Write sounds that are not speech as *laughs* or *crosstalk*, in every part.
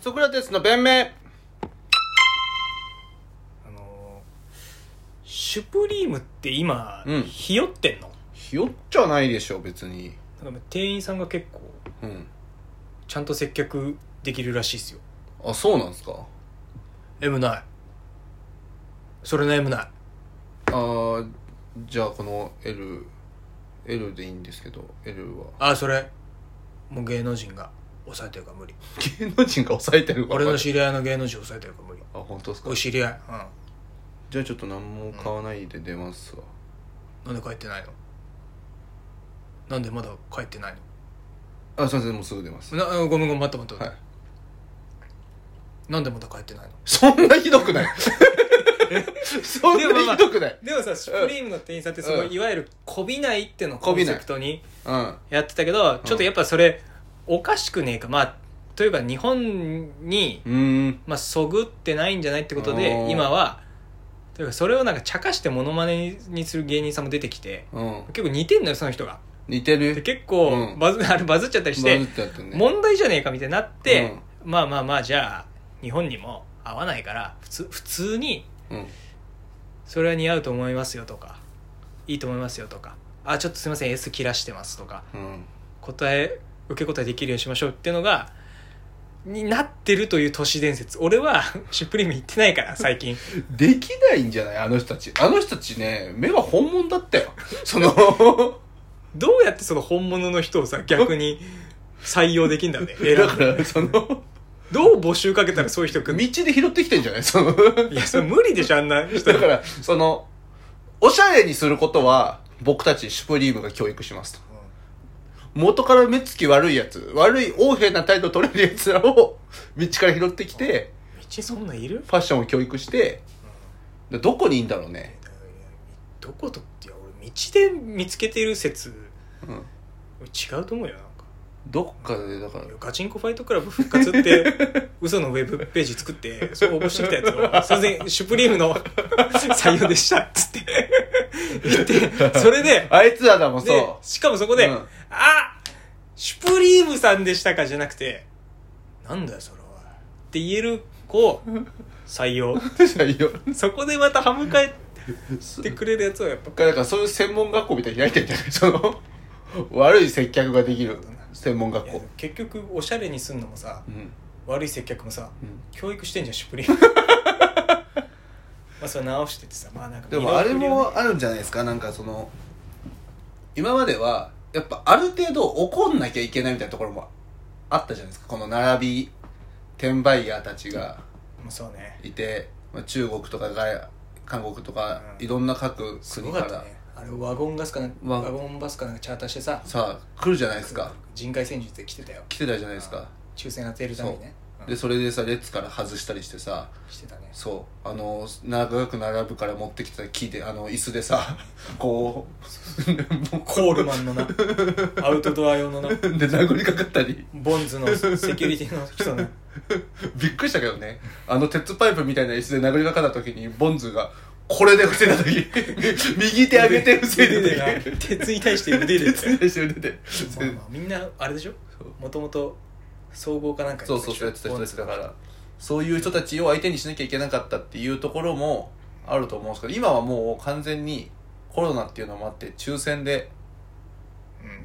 ソクラテスの弁明あのーシュプリームって今、うんひよってんのひよっちゃないでしょ別になんか店員さんが結構うんちゃんと接客できるらしいっすよあそうなんですか M ないそれの M ないあーじゃあこの LL でいいんですけど L は *laughs* あそれもう芸能人が抑えてるから無理芸能人が抑えてるから俺の知り合いの芸能人抑えてるから無理あ本当ですかお知り合いじゃあちょっと何も買わないで出ますわ、うんなんで帰ってないのなんでまだ帰ってないあすいませんもうすぐ出ますのなあごめんごめん待って待って、はい待ってなんでまだ帰ってないの *laughs* そんなひどくない *laughs* そんでもまあまなあひどくないでもさシュプリームの店員さんってすごい、うんいわゆるこびないってのをコ媚びンないセプトにうんやってたけどちょっとやっぱそれおかしくねえかまあというか日本に、うーんまあ、そぐってないんじゃないってことおでー今はというかそれをなんか茶化してモノマネにする芸人さんも出てきてうん結構似てんのよその人が似てでる結う構んバズ,、 *laughs* あれバズっちゃったりして、バズってやってんね問題じゃねえかみたいになって、まあまあまあじゃあ日本にも合わないから普通普通にうんそれは似合うと思いますよとかいいと思いますよとかあちょっとすいません S 切らしてますとかうん答え受け答えできるようにしましょうっていうのがになってるという都市伝説俺は *laughs* シュプリーム行ってないから最近できないんじゃないあの人たちあの人たちね目が本物だったよそのどうやってその本物の人をさ逆に採用できんだ *laughs* ろうねだからその道どう募集かけたらそういう人来るで拾ってきてんじゃないそのいやそれ無理でしょあんな *laughs* 人だからそのおしゃれにすることは僕たちシュプリームが教育しますと元から目つき悪いやつ悪い横柄な態度取れるやつらを道から拾ってきて道そんないるファッションを教育してでどこにいいんだろうね、どことっていや俺道で見つけてる説うん、違うと思うよなんかどっかでだからガチンコファイトクラブ復活って *laughs* 嘘のウェブページ作ってそこ応募してきたやつが「すいませんシュプリームの採用でした」っつって言ってそれであいつらだもんでそしかもそこでう「んあシュプリームさんでしたか」じゃなくて「なんだよそれは」って言える子を採用う *laughs* いやそこでまた歯向かえそてくれるやつは *laughs* やっぱだからそういう専門学校みたいに開いてんじゃない *laughs* その悪い接客ができる専門学いや校結局おしゃれにすんのもさうん悪い接客もさうん教育してんじゃんシュ *laughs* プリームまあそれ直しててさまあなんかでもあれ見送りをねもあるんじゃないですかなんかその今まではやっぱある程度怒んなきゃいけないみたいなところもあったじゃないですかこの並び転売ヤーたちがもうそうねいて、まあ、中国とかが韓国とかうんいろんな各す国ごか、からったねあれワゴンガスかなんかワワゴンバスかなんかチャーターしてささあ来るじゃないですか人海戦術で来てたよ来てたじゃないですか抽選当てるためにねうんでそれでさ列から外したりしてさしてたねそうあの長く並ぶから持ってきた木であの椅子でさこうもうコールマン *laughs* のなアウトドア用のなで殴りかかったりボンズのセキュリティの人のびっくりしたけどねあの鉄パイプみたいな椅子で殴りかかった時にボンズがこれで防いだ時右手上げて防い腕でだな時鉄に対して腕手で伝いして腕でまあまあみんなあれでしょもともと総合かなんかそうそうそうやっやっててたた人でたすちだからそういう人たちを相手にしなきゃいけなかったっていうところもあると思うんですけど今はもう完全にコロナっていうのもあって抽選で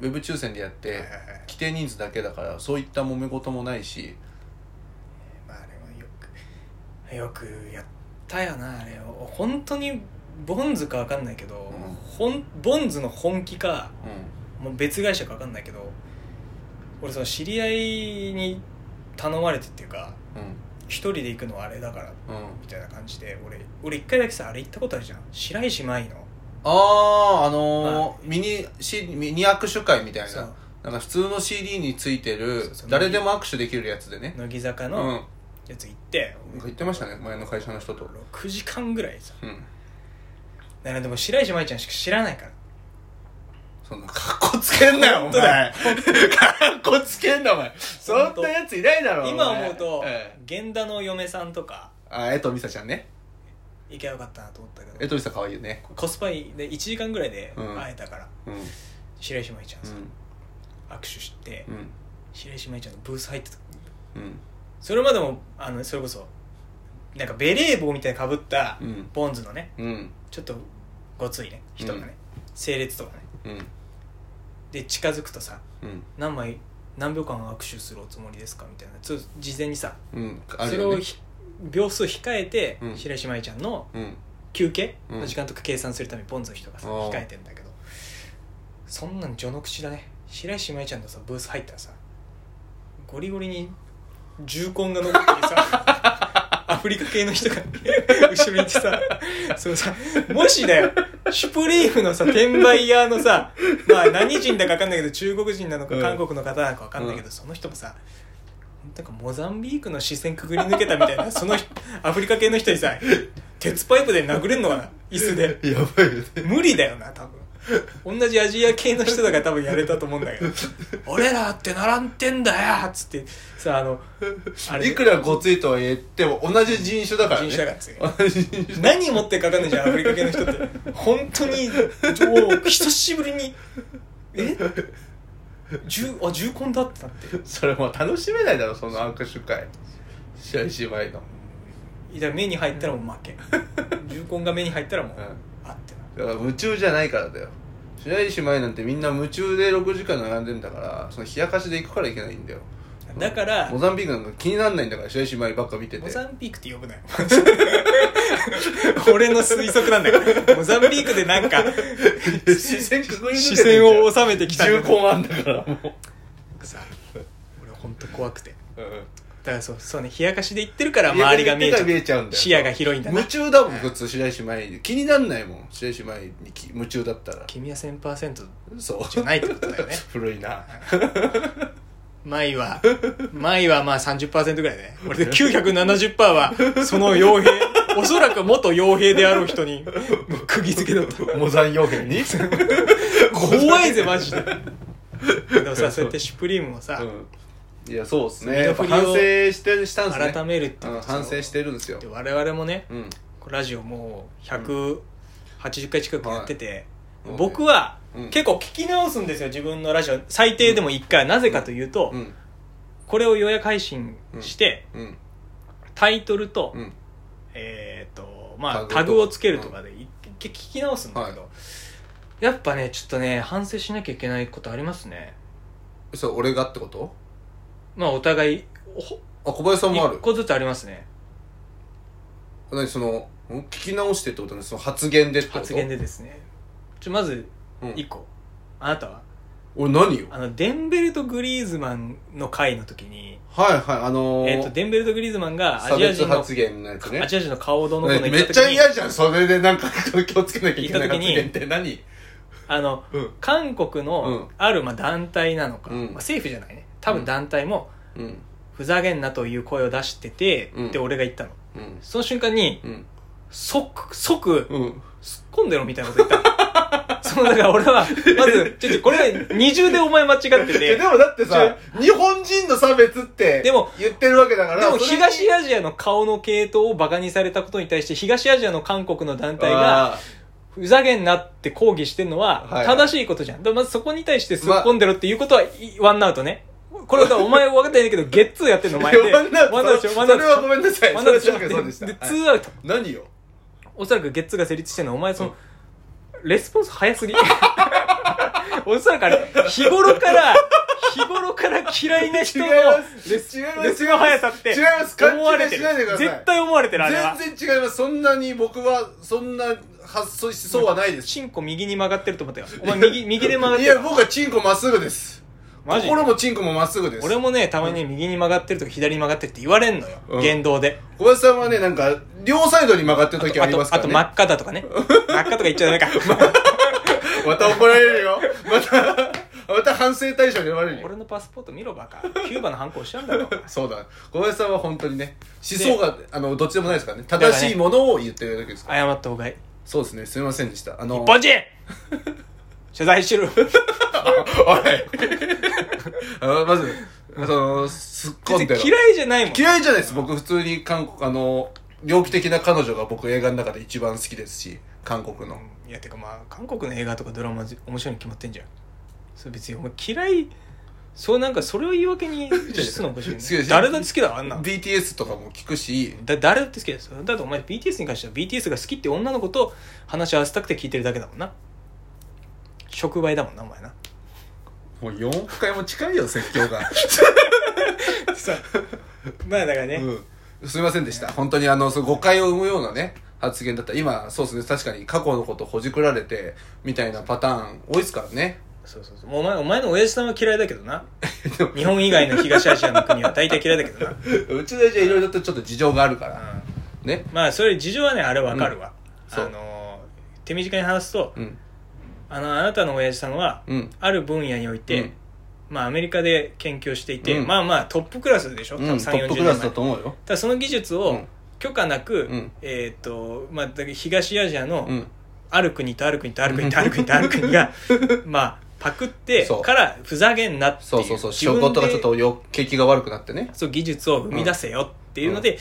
ウェブ抽選でやって、規定人数だけだからそういった揉め事もないしまあ、あれはよくよくやったよなあれを本当にボンズか分かんないけど、うんほんボンズの本気かうもう別会社か分かんないけど俺その知り合いに頼まれてっていうかん一人で行くのはあれだからうんうんみたいな感じで俺俺一回だけさあれ行ったことあるじゃん白石麻衣のあああのーはミニシミニ握手会みたいそうななんか普通の CD についてそるうそう誰でも握手できるやつでね乃木坂うんのやつ行って、なんか言ってましたね前の会社の人と6時間ぐらいさうんだからでも白石麻衣ちゃんしか知らないからそんな格好つけんなよお本当だ前格好つけんなお前そんなやついないだろお前今思うとええ源田の嫁さんとかあ江藤美沙ちゃんね行けばよかったなと思ったけ江藤ど美沙可愛いよねコスパいいで1時間ぐらいでうん会えたから、うんうん白石麻衣ちゃんさ、握手して、うん白石麻衣ちゃんのブース入ってたうんそれまでもあのそれこそなんかベレー帽みたいにかぶったうんボンズのねうんちょっとごついね人がうね、ん整列とかねうんで近づくとさうん何枚何秒間握手するおつもりですかみたいなちょっと事前にさ、うんあそるれよをねひ秒数控えて、うん白石麻衣ちゃんのうん休憩うんの時間とか計算するためにボンズの人がさ、あー控えてんだけどそんなん序の口だね白石麻衣ちゃんのさブース入ったらさゴリゴリに重婚が *laughs* 残ってるさアフリカ系の人が後ろにいてさそのさもしだよシュプリーフのさ転売屋のさまあ何人だか分かんないけど中国人なのかうん韓国の方なのか分かんないけど、うその人もさなんかモザンビークの視線くぐり抜けたみたいなその人アフリカ系の人にさ鉄パイプで殴れんのかな椅子でやばいよね無理だよな多分同じアジア系の人だから多分やれたと思うんだけど「俺らって並んでんだよ」っつってさあのあいくらごついとは言っても同じ人種だからね人種だから同じ人種何持ってかかんないじゃんアフリカ系の人って本当にもう久しぶりにえ銃あ銃婚だってなってそれもう楽しめないだろその握手会試合芝居のいや目に入ったらもう負け銃婚が目に入ったらもう、あってなだから夢中じゃないからだよ白石麻衣なんてみんな夢中で6時間並んでんだからその冷やかしで行くからいけないんだよだからモザンビークなんか気にならないんだから白石麻衣ばっか見ててモザンビークって呼ぶなよ *laughs* 俺の推測なんだよモザンビークでなんか視線くぐり抜けてんじゃん視線を収めてきたんだ重けど婚あんだからもう、さ俺本当怖くてうんだからそうそうね冷やかしで言ってるから周りが見えちゃ見うえちゃうんだよ視野が広いんだな夢中だもん普通白石麻衣気になんないもん白石麻衣にき夢中だったら君は1000%そうじゃないってことだよね *laughs* 古いな舞は舞はまあ30%ぐらいね俺で970%はその傭兵おそらく元傭兵であろう人に釘付けだったモザン傭兵 *laughs* に怖いぜマジででもさそうやって「シュプリームもさ、うんいやそうですね身やのっぱ振りを反省してしたんですね改めるっていううこんと反省してるんですよで我々もねうんラジオもう180回近くやってて、はい僕はうん結構聞き直すんですよ自分のラジオ最低でも1回なぜかというと、うんこれを予約配信して、うんタイトルと、うんえっ、とまあタタググををつけるとかで一回聞き直すんだけど、やっぱねちょっとね反省しなきゃいけないことありますねそう俺がってことまあお互いほあ小林さんもあ一る個ずつありますね何そのん聞き直してってことねその発言でってこと発言でですねちょまずうん1個、あなたは俺何よあのデンベルとグリーズマンの回の時に、はいはいあのーえっとデンベルとグリーズマンがア差ジア別人の発言のやつねアジア人の顔どの子のね言めっったちゃ時に嫌じゃんそれでなんか気をつけなきゃいけない言った時発に言って何あのうん韓国うんのあるまあ団体なのか、うんまあ、政府じゃないね多分団体もうんふざけんなという声を出してて、うんで俺が言ったのうんその瞬間にうん即即うん突っ込んでろみたいなこと言った *laughs* のそのだから俺はまずちょちょこれは二重でお前間違って *laughs* えでてもだってさ日本人の差別ってでも言ってるわけだからでもそれに東アジアの顔の系統をバカにされたことに対して東アジアの韓国の団体があふざけんなって抗議してるのははい正しいことじゃん。でもまずそこに対して突っ込んでろっていうことはいワンアウトね。これだからお前分かってないけどゲッツーやって *laughs* んのー前で。いやワンアウトワンアそウトでしょワンアウれはトごめんなさいでしょワそンアウれはトでしょ違うけどそうでしたで、はいツーアウト。何よおそらくゲッツーが成立してるのはお前その、レスポンス早すぎ。 *laughs* おそらくあれ、日頃から、日頃から嫌いな人の違いますレス違いますレスの速さって違います思われてる勘違いしないでください絶対思われてる、あれは。全然違いますそんなに僕はそんな発想しそうはないですチンコ右に曲がってると思ったよ。お *laughs* 前右、右で曲がっいてるや。僕はチンコまっすぐですマジ心もチンコもまっすぐです俺もね、たまにね右に曲がってるとか左に曲がってるって言われんのよ。うん言動で。小林さんはねなんか両サイドに曲がってる時あありまと、すかあらとね真っ赤だ *laughs* とかね。真っ赤とか言っちゃダメか。 *laughs* また怒られるよまたまた反省対象に言われるよ俺のパスポート見ろバカ。キューバの犯行しちゃうんだ *laughs* ろ。そうだ小林さんは本当にね思想があのどっちでもないですからね正しいものを言ってるだけですから謝った方がいい。そうですねすみませんでしたあの日本人 *laughs* 謝罪しろ。おいあのまずそのすっこんで別ろに嫌いじゃないもん。嫌いじゃないです僕普通に韓国あの猟奇的な彼女が僕映画の中で一番好きですし韓国のいや、てかまあ、韓国の映画とかドラマ面白いに決まってんじゃん。それ別にお前嫌い、そうなんかそれを言い訳に *laughs* すのかもしれ違う違なうい誰だって好きだわあんなん BTS とかも聞くしだ誰だって好きですだってお前 BTS に関しては BTS が好きって女の子と話を合わせたくて聞いてるだけだもんな触媒だもんなお前なもう4億回も近いよ説教が、 *laughs* そうまあだからね、うん、すいませんでした本当にあのその誤解を生むようなね発言だった今そうですね確かに過去のことほじくられてみたいなパターン多いですからね *laughs* そうそうそうお前お前の親父さんは嫌いだけどな日本以外の東アジアの国 *laughs* は大体嫌いだけどな、うちの親父はいろいろとちょっと事情があるからうねん、まあそれ事情はねあれわかるわ、うんそうあのー手短に話すとうんあのあなたの親父さんは、うんある分野において、うんまあ、アメリカで研究していて、うんまあまあトップクラスでしょ、う多分ん、ト3 4 0ップ年ク前ラスだと思うよただその技術うをん許可なく、うんえっ、とまあだから東アジアの、うんある国とある国とある *laughs* 国とある国とある国がまあパクってそうからふざけんなっていそううそうそう仕自分事がでちょっとよ景気が悪くなってねそう技術を生み出せよっていうので、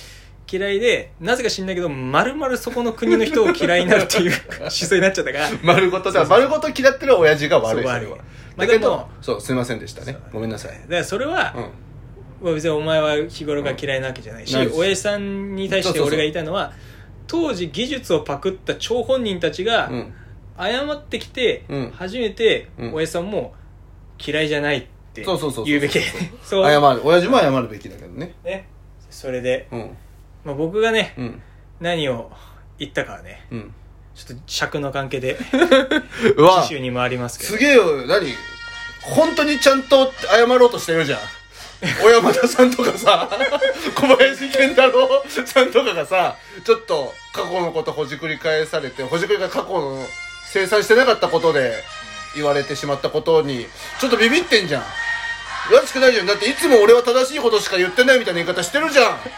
嫌いでなぜか知んないけどまるまるそこの国の人を嫌いになるっていう *laughs* 思想になっちゃったから丸ごとだ丸ごと嫌ってる親父が悪いそそうれは悪いまあだけでどもそうすいませんでしたねごめんなさいだからそれうは、んまあ別にお前は日頃が嫌いなわけじゃないうし、んないです親父さんに対して俺が言いたいのは当時技術をパクった張本人たちがうん謝ってきて、うん初めてうん親父さんも嫌いじゃないってそうそうそうそう言うべきだよね *laughs* そう謝る親父も謝るべきだけどねねそれで、うんまあ、僕がねうん何を言ったかはねうんちょっと尺の関係でうわ次週に回りますけどすげえよ何本当にちゃんと謝ろうとしてる *laughs* じゃん小山田さんとかさ *laughs* 小林健太郎 *laughs* さんとかがさちょっと過去のことほじくり返されてほじくり返過去の生産してなかったことで言われてしまったことにちょっとビビってんじゃんらしくないじゃんだっていつも俺は正しいことしか言ってないみたいな言い方してるじゃん